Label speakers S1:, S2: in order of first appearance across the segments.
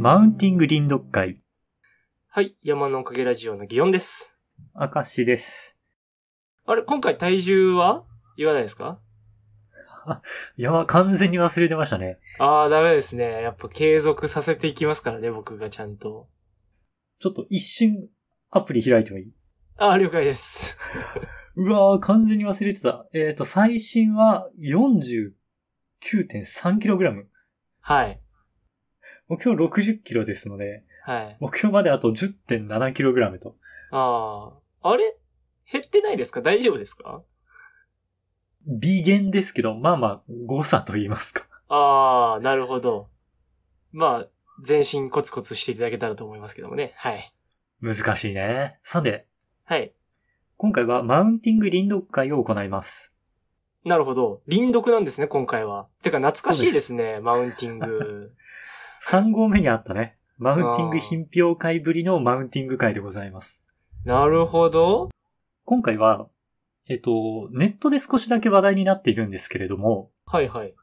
S1: マウンティング林読会、
S2: はい、山のおかげラジオの祇園です。
S1: 明石です。
S2: あれ、今回体重は言わないですか
S1: いや、完全に忘れてましたね。
S2: ああ、ダメですね。やっぱ継続させていきますからね、僕がちゃんと。
S1: ちょっと一瞬アプリ開いてもいい
S2: ああ、了解です。
S1: うわー、完全に忘れてた。えっ、と、最新は 49.3kg。もう
S2: はい。
S1: 今日 60kg ですので、
S2: はい。
S1: 目標まであと 10.7kg と。
S2: ああ。あれ減ってないですか大丈夫ですか
S1: 微減ですけど、まあまあ、誤差と言いますか。
S2: ああ、なるほど。まあ、全身コツコツしていただけたらと思いますけどもね。はい。
S1: 難しいね。さて、
S2: はい。
S1: 今回はマウンティング林読会を行います。
S2: なるほど。輪読なんですね、今回は。てか、懐かしいですね、マウンティング。
S1: 3号目にあったね。マウンティング品評会ぶりのマウンティング会でございます。
S2: なるほど。
S1: 今回は、えっと、ネットで少しだけ話題になっているんですけれども、
S2: はいはい。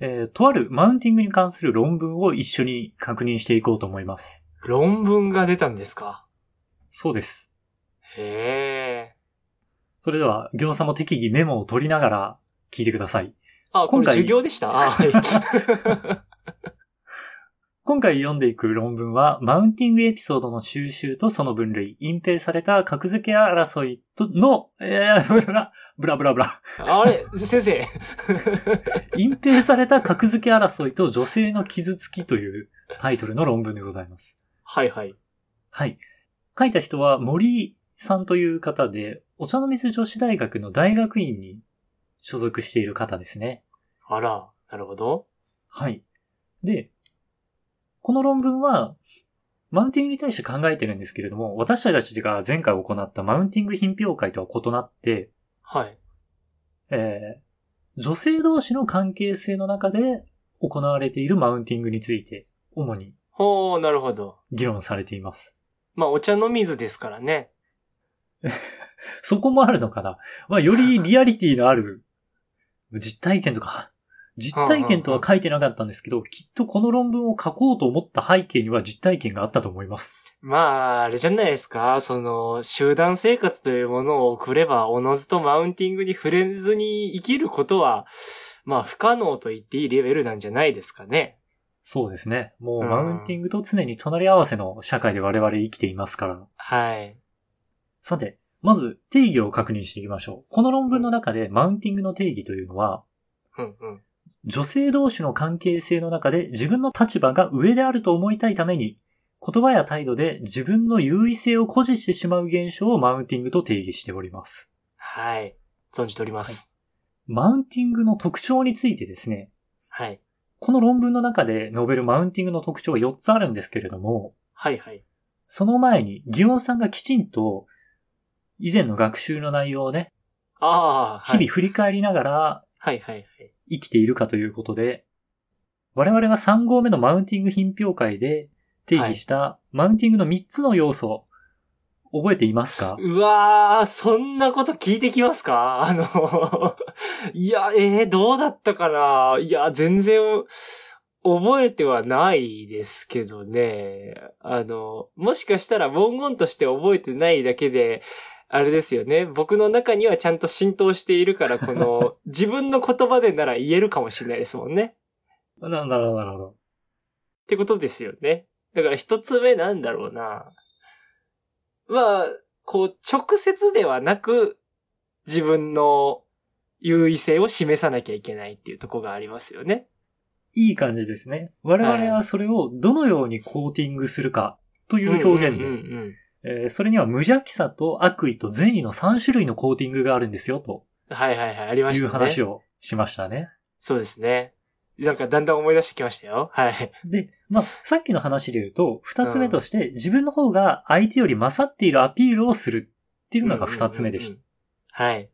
S1: えーとあるマウンティングに関する論文を一緒に確認していこうと思います。
S2: 論文が出たんですか
S1: そうです。
S2: へえ。
S1: それでは、行さんも適宜メモを取りながら聞いてください。
S2: あ、こ
S1: 今
S2: れ
S1: 回
S2: 授業でしたあ、 はい。
S1: 今回読んでいく論文は、マウンティングエピソードの収集とその分類、隠蔽された格付け争いとの、えー、 ブラブラブラブラ、
S2: あれ先生。
S1: 隠蔽された格付け争いと女性の傷つきというタイトルの論文でございます。
S2: はいはい。
S1: はい。書いた人は森さんという方で、お茶の水女子大学の大学院に所属している方ですね。
S2: あら、なるほど。
S1: はい。で、この論文は、マウンティングに対して考えてるんですけれども、私たちが前回行ったマウンティング品評会とは異なって、
S2: はい。
S1: えー女性同士の関係性の中で行われているマウンティングについて、主に
S2: ほう、なるほど。
S1: 議論されています。
S2: まあ、お茶飲み水ですからね。
S1: そこもあるのかな。まあ、よりリアリティのある、実体験とか、実体験とは書いてなかったんですけど、きっとこの論文を書こうと思った背景には実体験があったと思います。
S2: まあ、あれじゃないですか。その、集団生活というものを送れば、おのずとマウンティングに触れずに生きることは、まあ、不可能と言っていいレベルなんじゃないですかね。
S1: そうですね。もう
S2: うん
S1: マウンティングと常に隣り合わせの社会で我々生きていますから。
S2: はい。
S1: さて、まず定義を確認していきましょう。この論文の中でマウンティングの定義というのは、
S2: うんうん。
S1: 女性同士の関係性の中で自分の立場が上であると思いたいために、言葉や態度で自分の優位性を誇示してしまう現象をマウンティングと定義しております。
S2: はい。存じております。
S1: マウンティングの特徴についてですね、
S2: はい。
S1: この論文の中で述べるマウンティングの特徴は4つあるんですけれども、
S2: はいはい。
S1: その前に、祇園さんがきちんと、以前の学習の内容をね、
S2: ああ、は
S1: 日
S2: い。
S1: 々振り返りながら
S2: はいはいはい。
S1: 生きているかということで、我々が3号目のマウンティング品評会で定義したマウンティングの3つの要素、覚えていますか
S2: うわー、そんなこと聞いてきますか あの、いや、えー、どうだったかないや、全然、覚えてはないですけどね。あの、もしかしたら文言として覚えてないだけで、あれですよね。僕の中にはちゃんと浸透しているから、この、自分の言葉でなら言えるかもしれないですもんね。
S1: ななるほど、なるほど。
S2: ってことですよね。だから一つ目なんだろうな。まあ、こう、直接ではなく、自分の優位性を示さなきゃいけないっていうとこがありますよね。
S1: いい感じですね。我々はそれをどのようにコーティングするかという表現で、
S2: うんうんうんうん
S1: えーそれには無邪気さと悪意と善意の3種類のコーティングがあるんですよ、と
S2: はいはいはい、ありま
S1: い
S2: したね。
S1: う話をしましたね。
S2: そうですね。なんかだんだん思い出してきましたよ。はい。
S1: で、まあ、さっきの話で言うと、二つ目として、自分の方が相手より勝っているアピールをするっていうのが二つ目で
S2: うん
S1: し
S2: うんうんうんはい。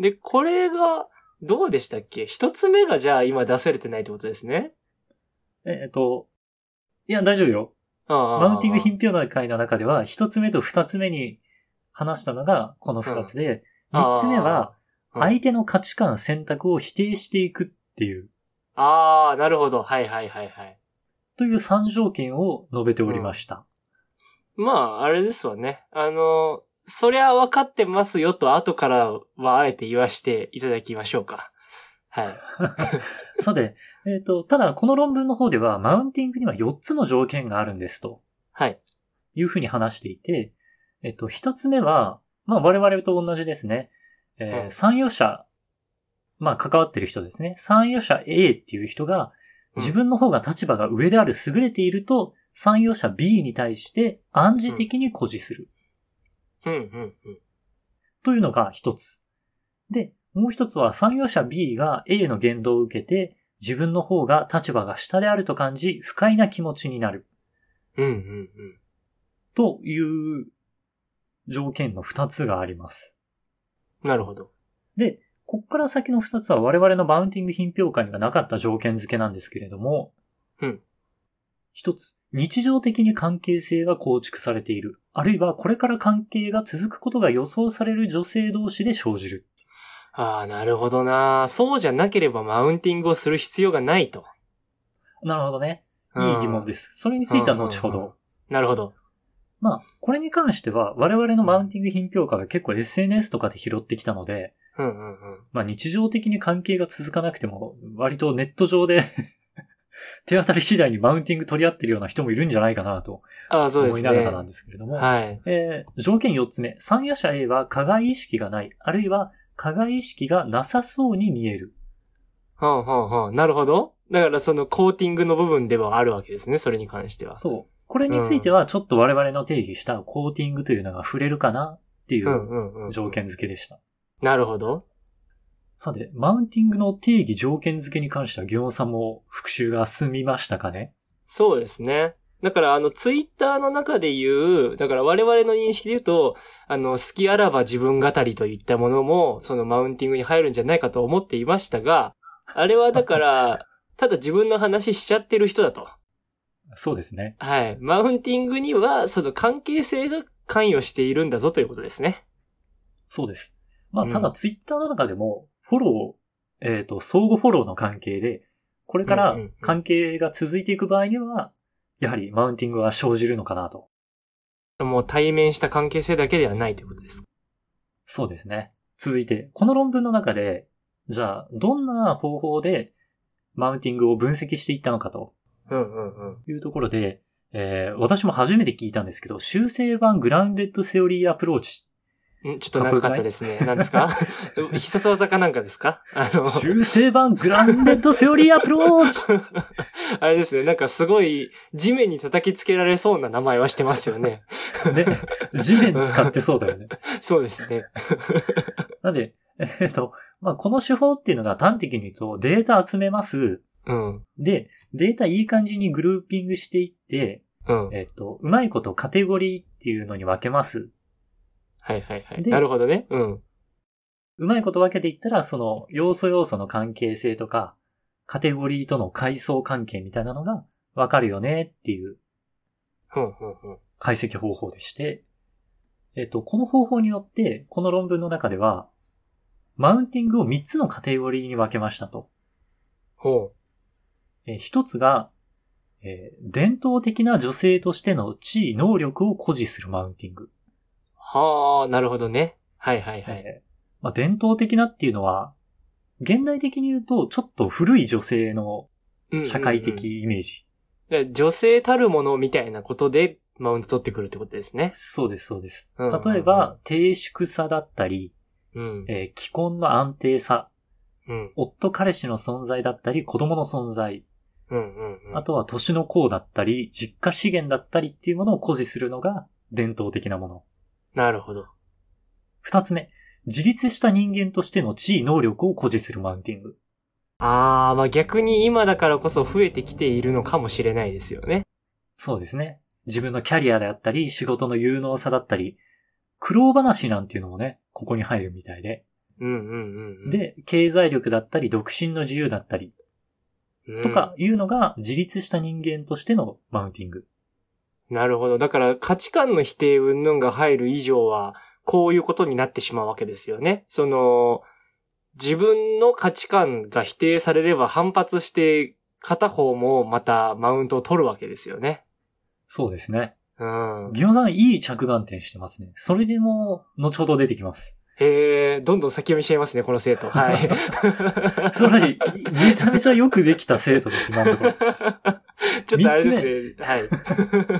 S2: で、これが、どうでしたっけ一つ目がじゃあ今出されてないってことですね。
S1: た。えっと、いや、大丈夫よ。マ
S2: マ
S1: ウンティング品評会の中では、一つ目と二つ目に話したのがこの二つで、
S2: うん
S1: 三つ目は、
S2: あーうん
S1: 相手の価値観、選択を否定していくっていう
S2: ああ、なるほど。はいはいはいはい。
S1: という3条件を述べておりま した。
S2: まあ、あれですわね。あの、そりゃ分かってますよと後からはあえて言わしていただきましょうか。はい。
S1: さて、えっ、と、ただこの論文の方では、マウンティングには4つの条件があるんですと
S2: はい。
S1: いうふうに話していて、えっ、と、1つ目は、まあ我々と同じですね。えー
S2: うん
S1: 参与者、まあ関わってる人ですね。参与者 A っていう人が、
S2: うん
S1: 自分の方が立場が上である優れていると、参与者 B に対して暗示的に誇示する。
S2: うんうんうん。
S1: というのが一つ。で、もう一つは産業者 B が A の言動を受けて、自分の方が立場が下であると感じ、不快な気持ちになる。
S2: うんうんうん。
S1: という条件の二つがあります。
S2: なるほど。
S1: で、こっから先の二つは我々のバウンティング品評会にはなかった条件付けなんですけれども、
S2: うん。
S1: 一つ、日常的に関係性が構築されている。あるいはこれから関係が続くことが予想される女性同士で生じる。
S2: ああ、なるほどな。そうじゃなければマウンティングをする必要がないと。
S1: なるほどね。
S2: うん
S1: いい疑問です。それについては後ほ
S2: うんうんう
S1: ど
S2: ん。なるほど。
S1: まあ、これに関しては、我々のマウンティング品評価が結構 SNS とかで拾ってきたので、
S2: うんうんうん。
S1: まあ日常的に関係が続かなくても、割とネット上で 手当たり次第にマウンティング取り合ってるような人もいるんじゃないかなと
S2: ああ、そうで
S1: 思
S2: す
S1: い
S2: ね。
S1: ながらなんですけれども、
S2: はい。
S1: えー条件4つ目。参与者 A は加害意識がない、あるいは加害意識がなさそうに見える。
S2: はんはんはん。なるほど。だからそのコーティングの部分ではあるわけですね、それに関しては。
S1: そう。これについてはちょっと我々の定義したコーティングというのが触れるかなってい
S2: うん
S1: う
S2: うんうん。
S1: 条件付けでした。
S2: なるほど。
S1: さて、マウンティングの定義条件付けに関しては、ギョンさんも復習が済みましたかね
S2: そうですね。だから、あの、ツイッターの中で言う、だから我々の認識で言うと、あの、好きあらば自分語りといったものも、そのマウンティングに入るんじゃないかと思っていましたが、あれはだから、 ただ自分の話しちゃってる人だと。
S1: そうですね。
S2: はい。マウンティングには、その関係性が関与しているんだぞということですね。
S1: そうです。まあ、
S2: うん
S1: ただツイッターの中でも、フォロー、えっ、と、相互フォローの関係で、これか
S2: う
S1: ら
S2: んうんうん
S1: 関係が続いていく場合には、やはりマウンティングは生じるのかなと。
S2: もう対面した関係性だけではないということです。
S1: そうですね。続いて、この論文の中で、じゃあ、どんな方法でマウンティングを分析していったのかと
S2: うんうんうん。
S1: というところで、えー私も初めて聞いたんですけど、修正版グラウンデッドセオリーアプローチ。
S2: んちょっと長かったですね。何です か必殺技かなんかですかあの、
S1: 修正版グラウンデッドセオリーアプローチ
S2: あれですね、なんかすごい地面に叩きつけられそうな名前はしてますよ ね。
S1: ね、地面使ってそうだよね。
S2: そうですね。
S1: なんで、 えっ、と、まあ、この手法っていうのが端的に言うと、データ集めます。
S2: うん。
S1: で、データいい感じにグルーピングしていって、
S2: うん。
S1: えっ、と、うまいことカテゴリーっていうのに分けます。
S2: はいはいはい。
S1: で
S2: なるほどね。うん。
S1: うまいこと分けていったら、その、要素要素の関係性とか、カテゴリーとの階層関係みたいなのが分かるよねっていう
S2: うんうんうん。
S1: 解析方法でして、えっと、この方法によって、この論文の中では、マウンティングを3つのカテゴリーに分けましたと。
S2: ほ
S1: えー1つが、えー伝統的な女性としての地位、能力を誇示するマウンティング。
S2: う。はあ、なるほどね。はいはいはい。
S1: えーまあ、伝統的なっていうのは、現代的に言うと、ちょっと古い女性の
S2: うんうんうん
S1: 社会。的イメージ。
S2: で女性たるものみたいなことでマウント取ってくるってことですね。
S1: そうです、そうです。
S2: うんうんうん
S1: 例えば、低粛さだったり、
S2: うん。
S1: えー既婚の安定さ、
S2: うん。
S1: 夫彼氏の存在だったり、子供の存在、
S2: うんうんうん。
S1: あとは年の功だったり、実家資源だったりっていうものを誇示するのが伝統的なもの。
S2: なるほど。
S1: 二つ目、自立した人間としての地位、能力を誇示するマウンティング。
S2: ああ、まあ逆に今だからこそ増えてきているのかもしれないですよね。
S1: そうですね。自分のキャリアであったり、仕事の有能さだったり、苦労話なんていうのもね、ここに入るみたいで。
S2: うんうんうんうん。、
S1: で、経済力だったり、独身の自由だったり、とかいうのが自立した人間としてのマウンティング。
S2: なるほど。だから価値観の否定云々が入る以上は、こういうことになってしまうわけですよね。その、自分の価値観が否定されれば反発して片方もまたマウントを取るわけですよね。
S1: そうですね。
S2: うん。
S1: ギオさんいい着眼点してますね。それでも、後ほど出てきます。
S2: へえ、どんどん先読みしちゃいますね、この生徒。はい。
S1: 素晴らしい。めちゃめちゃよくできた生徒です、なんとか。
S2: ちょっとあれですね。はい。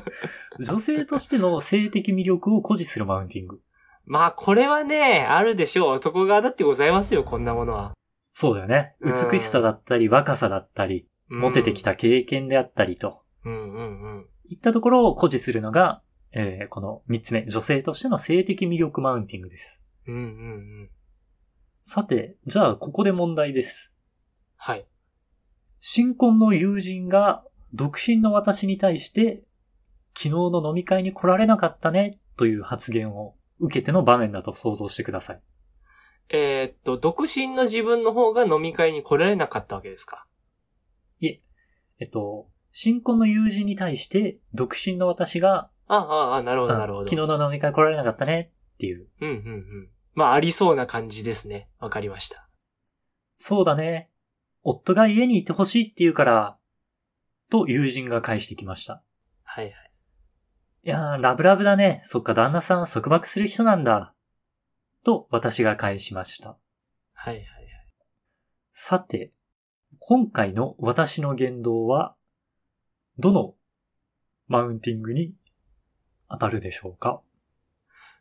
S1: 女性としての性的魅力を誇示するマウンティング。
S2: まあ、これはね、あるでしょう。男側だってございますよ、こんなものは。
S1: そうだよね。
S2: うん
S1: 美しさだったり、若さだったり、
S2: うん
S1: モテてき。た経験であったりと。
S2: うんうんうん。
S1: いったところを誇示するのが、えーこの三つ目、女性としての性的魅力マウンティングです。
S2: うんうんうん。
S1: さて、じゃあここで問題です。
S2: はい。
S1: 新婚の友人が独身の私に対して、昨日の飲み会に来られなかったねという発言を受けての場面だと想像してください。
S2: えーっと、独身の自分の方が飲み会に来られなかったわけですか。
S1: えっと、新婚の友人に対して、独身の私が、
S2: ああ、あなるほ
S1: あ
S2: ど、なるほ
S1: 昨
S2: ど。
S1: 日の飲み会来られなかったねっていう、
S2: うんうんうん。まあ、ありそうな感じですね。わかりました。
S1: そうだね。夫が家にいてほしいって言うから、と友人が返してきました。
S2: はいはい。
S1: いやー、ラブラブだね。そっか、旦那さん束縛する人なんだ。と私が返しました。
S2: はいはい。
S1: さて、今回の私の言動は、どのマウンティングに当たるでしょうか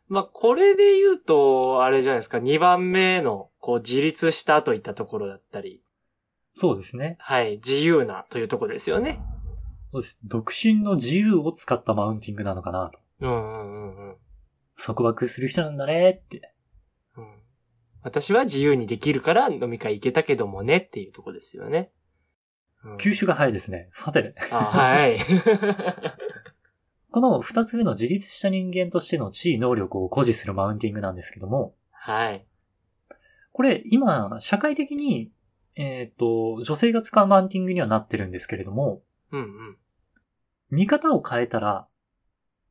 S2: まあ、これで言うと、あれじゃないですか。2番目の、こう、自立したといったところだったり。
S1: そうですね。
S2: はい。自由なというところですよね。
S1: そうです。独身の自由を使ったマウンティングなのかなと。
S2: うんうんうんうん。
S1: 束縛する人なんだねって。
S2: うん私は自由にできるから飲み会行けたけどもねっていうとこですよね。うん
S1: 吸収が早いですね。さて、
S2: あはい。
S1: この二つ目の自立した人間としての地位能力を誇示するマウンティングなんですけども、
S2: はい。
S1: これ今、社会的に、えっ、と、女性が使うマウンティングにはなってるんですけれども、
S2: うんうん。
S1: 見方を変えたら、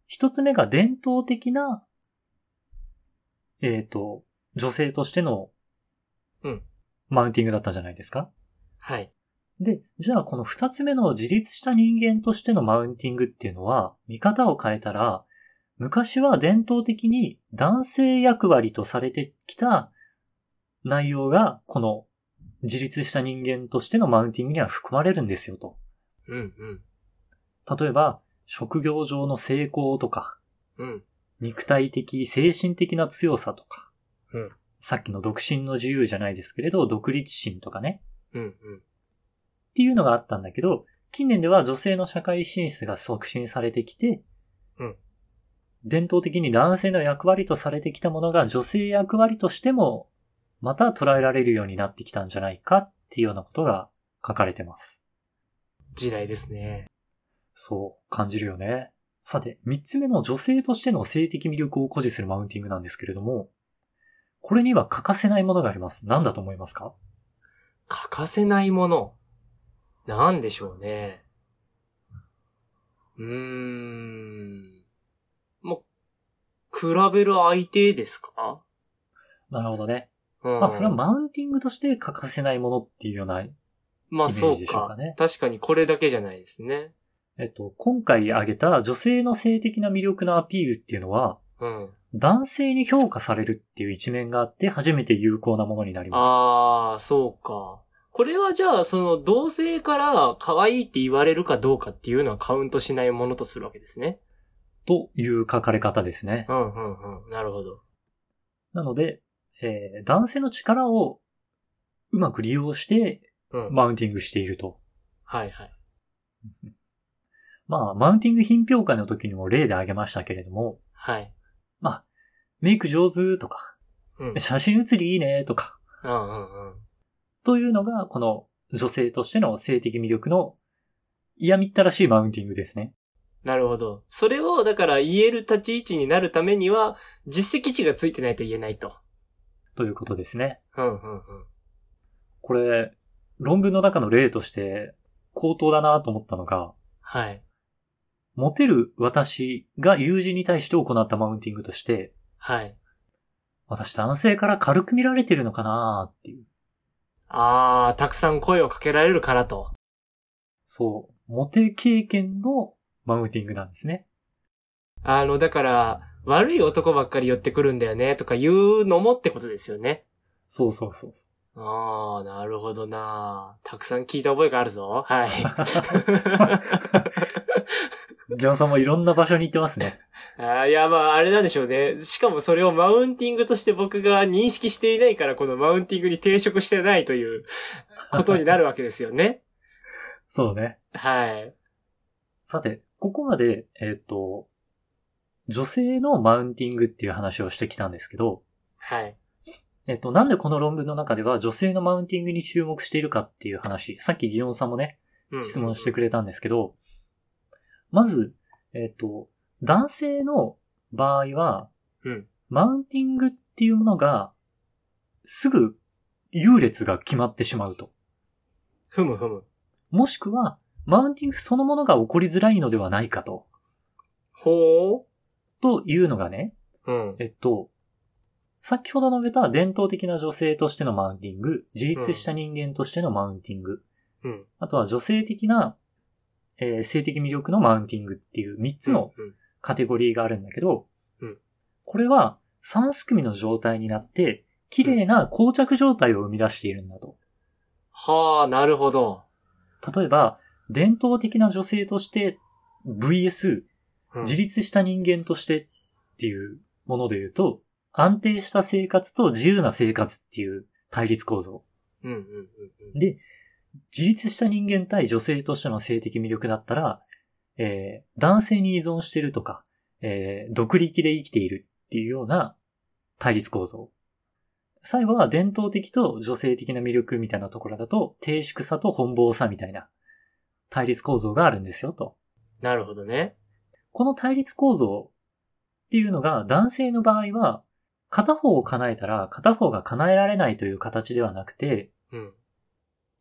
S1: 一つ目が伝統的な、えっ、と、女性としての、
S2: うん
S1: マウンティングだったじゃないですか。
S2: はい。
S1: で、じゃあこの二つ目の自立した人間としてのマウンティングっていうのは、見方を変えたら、昔は伝統的に男性役割とされてきた内容が、この自立した人間としてのマウンティングには含まれるんですよと。
S2: うんうん。
S1: 例えば、職業上の成功とか、
S2: うん。
S1: 肉体的、精神的な強さとか、
S2: うん
S1: さっきの独身の自由じゃないですけれど、独立心とかね、
S2: うんうん。
S1: っていうのがあったんだけど、近年では女性の社会進出が促進されてきて、
S2: うん
S1: 伝統的に男性の役割とされてきたものが女性役割としても、また捉えられるようになってきたんじゃないかっていうようなことが書かれてます。
S2: 時代ですね。
S1: そう、感じるよね。さて、三つ目の女性としての性的魅力を誇示するマウンティングなんですけれども、これには欠かせないものがあります。何だと思いますか
S2: 欠かせないもの。なんでしょうね。うーん。もう、比べる相手ですか
S1: なるほどね。
S2: うん。
S1: まあ、それはマウンティングとして欠かせないものっていうような
S2: まあ
S1: イメー
S2: そ
S1: ジ
S2: う
S1: でしょうか
S2: か
S1: ね。
S2: 確かにこれだけじゃないですね。
S1: えっと、今回挙げた女性の性的な魅力のアピールっていうのは、
S2: うん。
S1: 男性に評価されるっていう一面があって初めて有効なものになりま
S2: ああ、そうか。これはじゃあ、その、同性から可愛いって言われるかどうかっていうのはカウントしないものとするわけですね。
S1: す。という書かれ方ですね
S2: う。んうんうん。なるほど。
S1: なので、えー男性の力をうまく利用して
S2: うん。
S1: マウンティングしていると。
S2: はいはい。
S1: まあ、マウンティング品評会の時にも例で挙げましたけれども、
S2: はい。
S1: まあ、メイク上手とか、
S2: うん。
S1: 写真写りいいねとか、
S2: うんうんうん。
S1: というのが、この女性としての性的魅力の嫌みったらしいマウンティングですね。
S2: なるほど。それを、だから言える立ち位置になるためには、実績値がついてないと言えないと。
S1: ということですね。
S2: うんうんうん。
S1: これ、論文の中の例として、口頭だなと思ったのが、
S2: はい。
S1: モテる私が友人に対して行ったマウンティングとして、
S2: はい。
S1: 私男性から軽く見られてるのかなっていう。
S2: ああ、たくさん声をかけられるからと。
S1: そう、モテ経験のマウンティングなんですね。
S2: あの、だから、悪い男ばっかり寄ってくるんだよね、とか言うのもってことですよね。
S1: そうそうそうそ
S2: ああ、なるほどな。たくさん聞いた覚えがあるぞ。はい。
S1: う。ギャンさんもいろんな場所に行ってますね。
S2: あーいや、まあ、あれなんでしょうね。しかもそれをマウンティングとして僕が認識していないから、このマウンティングに抵触してないと いうことになるわけですよね。
S1: そうね。
S2: はい。
S1: さて、ここまで、えっ、と、女性のマウンティングっていう話をしてきたんですけど、
S2: はい。
S1: えっと、なんでこの論文の中では女性のマウンティングに注目しているかっていう話、さっきギオンさんもね、
S2: うん
S1: 質問してくれたんですけど、まず、えっと、男性の場合は、
S2: うん
S1: マウンティングっていうものが、すぐ優劣が決まってしまうと。
S2: ふむふむ。
S1: もしくは、マウンティングそのものが起こりづらいのではないかと。
S2: ほ
S1: というのがね、
S2: ううん。
S1: えっと、先ほど述べた伝統的な女性としてのマウンティング、自立した人間としてのマウンティング、
S2: うん。
S1: あとは女性的な、えー性的魅力のマウンティングっていう3つの
S2: うん。
S1: カテゴリーがあるんだけど、
S2: うん
S1: これは3すくみの状態になって、綺麗な膠着状態を生み出しているんだと。
S2: はあ、なるほど。
S1: 例えば、伝統的な女性として、VS、
S2: うん
S1: 自立した人間としてっていうもので言うと、安定した生活と自由な生活っていう対立構造。
S2: うんうんうんうん。
S1: で、自立した人間対女性としての性的魅力だったら、えー男性に依存してるとか、えー独立で生きているっていうような対立構造。最後は伝統的と女性的な魅力みたいなところだと、低粛さと奔放さみたいな対立構造があるんですよと。
S2: なるほどね。
S1: この対立構造っていうのが男性の場合は、片方を叶えたら片方が叶えられないという形ではなくて、
S2: うん。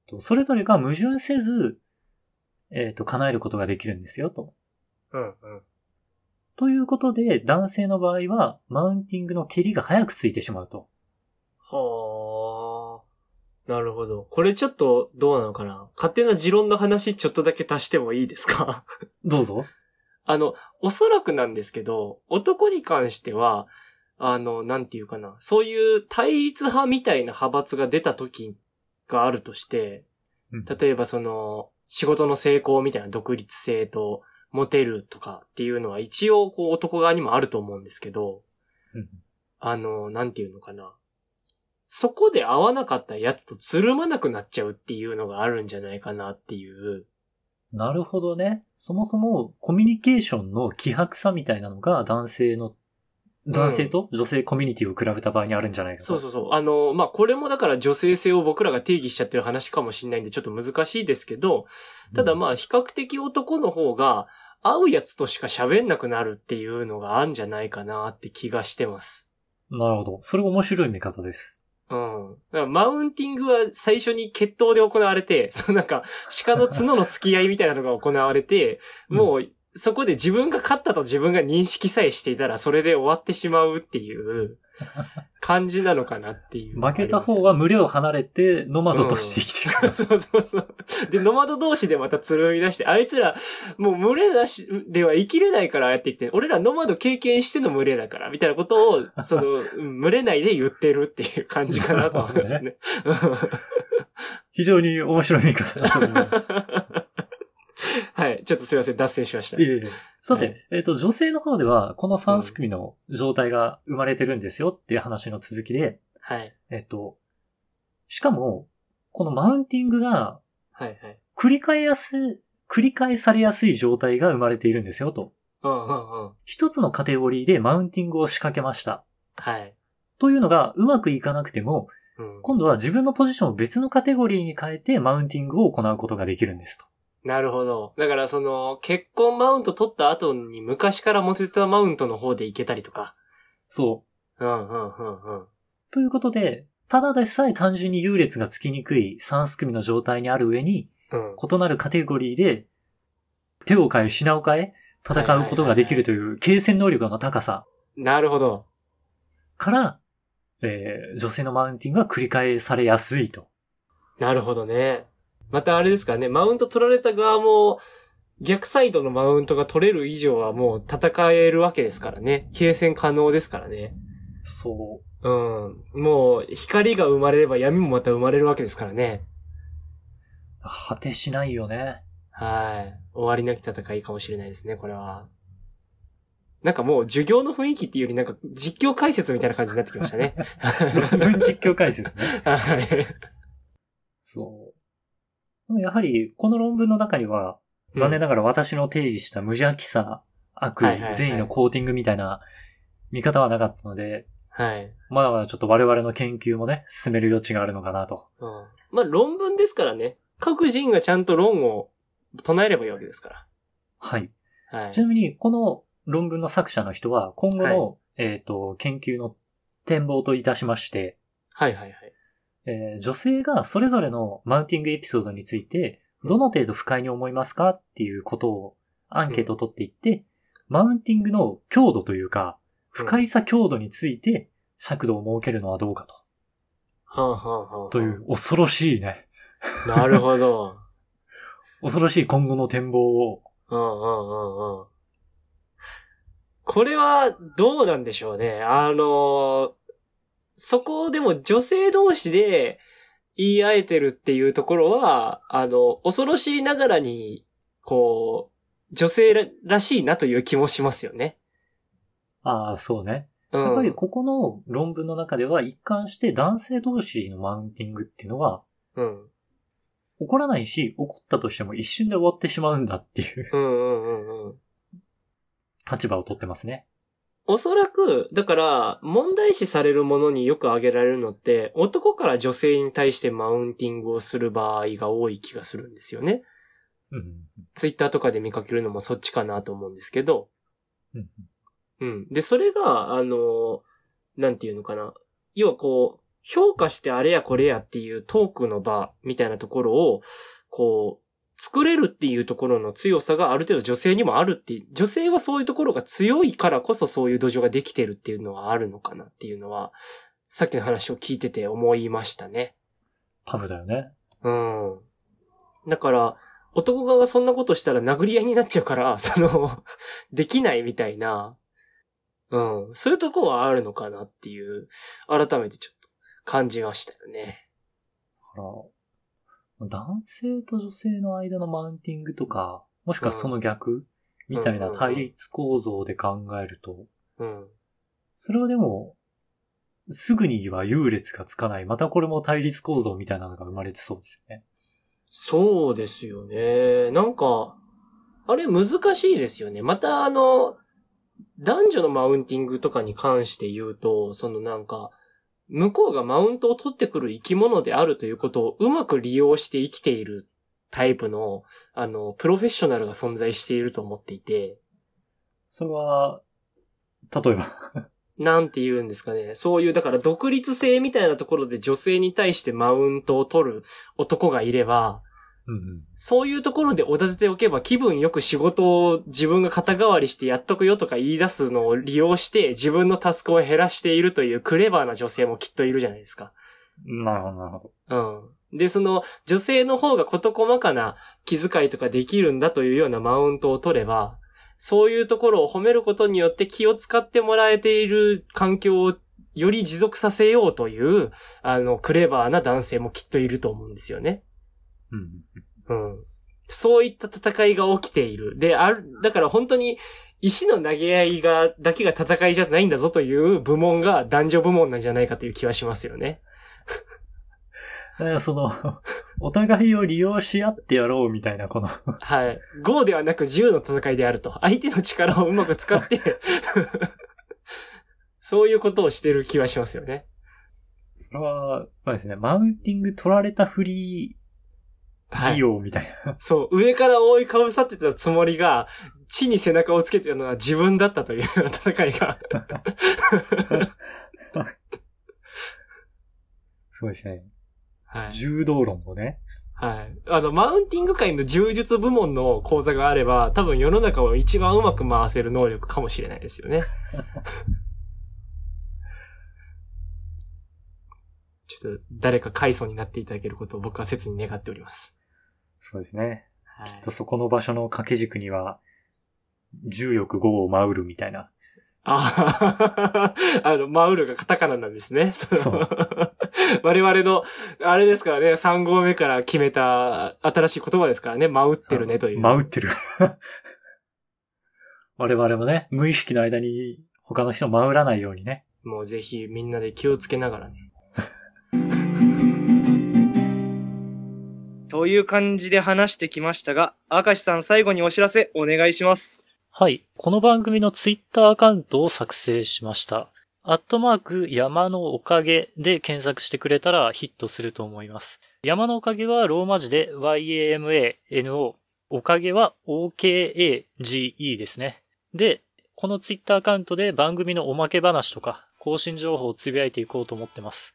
S1: と、それぞれが矛盾せず、えっ、と、叶えることができるんですよ、と。
S2: うんうん。
S1: ということで、男性の場合は、マウンティングの蹴りが早くついてしまうと。
S2: はあ。なるほど。これちょっとどうなのかな勝手な持論の話ちょっとだけ足してもいいですか
S1: どうぞ。
S2: あの、おそらくなんですけど、男に関しては、あの、なんていうかな。そういう対立派みたいな派閥が出た時があるとして、
S1: うん
S2: 例えばその、仕事の成功みたいな独立性と、モテるとかっていうのは一応こう男側にもあると思うんですけど、
S1: うん
S2: あの、なんていうのかな。そこで合わなかったやつとつるまなくなっちゃうっていうのがあるんじゃないかなっていう。
S1: なるほどね。そもそも、コミュニケーションの希薄さみたいなのが、男性の、男性と女性コミュニティを比べた場合にあるんじゃないかと。
S2: そうそうそう。あの、まあ、これもだから女性性を僕らが定義しちゃってる話かもしれないんでちょっと難しいですけど、ただまあ比較的男の方が合うやつとしか喋んなくなるっていうのがあるんじゃないかなって気がしてます。
S1: うんなるほど。それ面白い見方です。
S2: うん。だからマウンティングは最初に決闘で行われて、 そのなんか鹿の角の付き合いみたいなのが行われて、もうそこで自分が勝ったと自分が認識さえしていたらそれで終わってしまうっていう感じなのかなってい う。
S1: 負けた方は群れを離れて、ノマドとして生きていく。
S2: そうそうそう。で、ノマド同士でまたつるみ出して、あいつら、もう群れなし、では生きれないから、ああやって言って、俺らノマド経験しての群れだから、みたいなことを、その、うん群れ内で言ってるっていう感じかなと思いますね。
S1: 非常に面白い見方だと思います。
S2: はい。ちょっとすいません、脱線しました。
S1: ええさて、
S2: はい
S1: えっ、と、女性の方では、この3組の状態が生まれてるんですよっていう話の続きで、
S2: はい。
S1: えっ、と、しかも、このマウンティングが
S2: はいはい。
S1: 繰り返やす、繰り返されやすい状態が生まれているんですよと。
S2: うんうんうん。
S1: 一つのカテゴリーでマウンティングを仕掛けました。
S2: はい。
S1: というのがうまくいかなくても、
S2: うん、
S1: 今度は自分のポジションを別のカテゴリーに変えてマウンティングを行うことができるんですと。
S2: なるほど。だからその、結婚マウント取った後に昔からモテたマウントの方でいけたりとか。
S1: そう。
S2: うんうんうんうん。
S1: ということで、ただでさえ単純に優劣がつきにくい3すくみの状態にある上に、
S2: うん。
S1: 異なるカテゴリーで、手を変え、品を変え、戦うことができるという、継戦能力の高さ
S2: なるほど。
S1: から、えー女性のマウンティングが繰り返されやすいと。
S2: なるほどね。またあれですからね、マウント取られた側も、逆サイドのマウントが取れる以上はもう戦えるわけですからね。継戦可能ですからね。
S1: そ
S2: うん。もう、光が生まれれば闇もまた生まれるわけですからね。
S1: う。果てしないよね。
S2: はい。終わりなき戦いかもしれないですね、これは。なんかもう、授業の雰囲気っていうよりなんか、実況解説みたいな感じになってきましたね。
S1: 論文実況解説ね。
S2: はい。
S1: そう。でもやはり、この論文の中には、残念
S2: な
S1: ながら私の定義した無邪気さ、悪
S2: はいはいは、い
S1: 善意のコーティングみたいな見方はなかったので、
S2: はい。
S1: まだまだちょっと我々の研究もね、進める余地があるのかなと。
S2: うん。まあ、論文ですからね。各人がちゃんと論を唱えればいいわけですか
S1: はい。
S2: ら。はい
S1: ち。なみに、この論文の作者の人は、今後の、
S2: は
S1: えっ、と、研究の展望といたしまして、
S2: はいはいはい。
S1: えー女性がそれぞれのマウンティングエピソードについて、どの程度不快に思いますかっていうことをアンケートを取っていって、マウンティングの強度というか、不快さ強度について尺度を設けるのはどうかと。
S2: はあ、はあはあはあ
S1: とい。う恐ろしいね。
S2: なるほど。
S1: 恐ろしい今後の展望を。
S2: うんうんうんうん。これはどうなんでしょうね。あの、そこをでも女性同士で言い合えてるっていうところは、あの、恐ろしいながらに、こう、女性ららしいなという気もしますよね。
S1: ああ、そうね。
S2: うん。
S1: やっぱりここの論文の中では一貫して男性同士のマウンティングっていうのは
S2: うん。
S1: 起こらないし、起こったとしても一瞬で終わってしまうんだっていう
S2: うんうんうんうん。
S1: 立場を取ってますね。
S2: おそらく、だから、問題視されるものによく挙げられるのって、男から女性に対してマウンティングをする場合が多い気がするんですよね。
S1: うん。
S2: ツイッターとかで見かけるのもそっちかなと思うんですけど。
S1: うん。
S2: うん。で、それが、あの、なんていうのかな。要はこう、評価してあれやこれやっていうトークの場みたいなところを、こう、作れるっていうところの強さがある程度女性にもあるっていう、女性はそういうところが強いからこそそういう土壌ができてるっていうのはあるのかなっていうのは、さっきの話を聞いてて思いましたね。
S1: タフだよね。
S2: うん。だから、男側がそんなことしたら殴り合いになっちゃうから、 その、できないみたいな、うん、そういうとこはあるのかなっていう、改めてちょっと感じましたよね。
S1: だから、男性と女性の間のマウンティングとか、もしくはその逆、みたいな対立構造で考えると、
S2: うん。
S1: それはでも、すぐには優劣がつかない。またこれも対立構造みたいなのが生まれてそうですよね。
S2: そうですよね。なんか、あれ難しいですよね。またあの、男女のマウンティングとかに関して言うと、そのなんか、向こうがマウントを取ってくる生き物であるということをうまく利用して生きているタイプの、あの、プロフェッショナルが存在していると思っていて、
S1: それは、例えば、
S2: なんて言うんですかね。そういう、だから独立性みたいなところで女性に対してマウントを取る男がいれば、
S1: うんうん。
S2: そういうところでおだてておけば気分よく仕事を自分が肩代わりしてやっとくよとか言い出すのを利用して自分のタスクを減らしているというクレバーな女性もきっといるじゃないですか。
S1: なるほど、なるほど。
S2: うん。で、その女性の方が事細かな気遣いとかできるんだというようなマウントを取れば、そういうところを褒めることによって気を使ってもらえている環境をより持続させようという、あの、クレバーな男性もきっといると思うんですよね。
S1: うんうん。
S2: うん。そういった戦いが起きている。で、ある、だから本当に、石の投げ合いが、だけが戦いじゃないんだぞという部門が男女部門なんじゃないかという気はしますよね。
S1: だからその、 お互いを利用し合ってやろうみたいな、この、
S2: はい。5ではなく10の戦いであると。相手の力をうまく使って、そういうことをしてる気はしますよね。
S1: それは、まあですね、マウンティング取られたフリー
S2: は
S1: 利
S2: い。
S1: 用みたいな。
S2: そう、上から覆いかぶさってたつもりが、地に背中をつけてるのは自分だったという戦いが。
S1: そうですね。
S2: はい。
S1: 柔道論をね。
S2: はい。あの、マウンティング界の柔術部門の講座があれば、多分世の中を一番うまく回せる能力かもしれないですよ ね。ちょっと、誰か階層になっていただけることを僕は切に願っております。
S3: そうですね。
S2: はい
S3: きっとそこの場所の掛け軸には、重欲5を舞うるみたいな。
S2: あーあの、マウルがカタカナなんですね。その
S3: そう
S2: 我々の、あれですからね、3号目から決めた新しい言葉ですからね、マウってるねという。
S3: 舞うってる。 我々もね、無意識の間に他の人を舞らないようにね。
S2: もうぜひみんなで気をつけながらね。
S4: という感じで話してきましたが、明石さん最後にお知らせお願いします。
S1: はい。この番組のツイッターアカウントを作成しました。アットマーク山のおかげで検索してくれたらヒットすると思います。山のおかげはローマ字で YAMANO。おかげは OKAGE ですね。で、このツイッターアカウントで番組のおまけ話とか更新情報をつぶやいていこうと思ってます。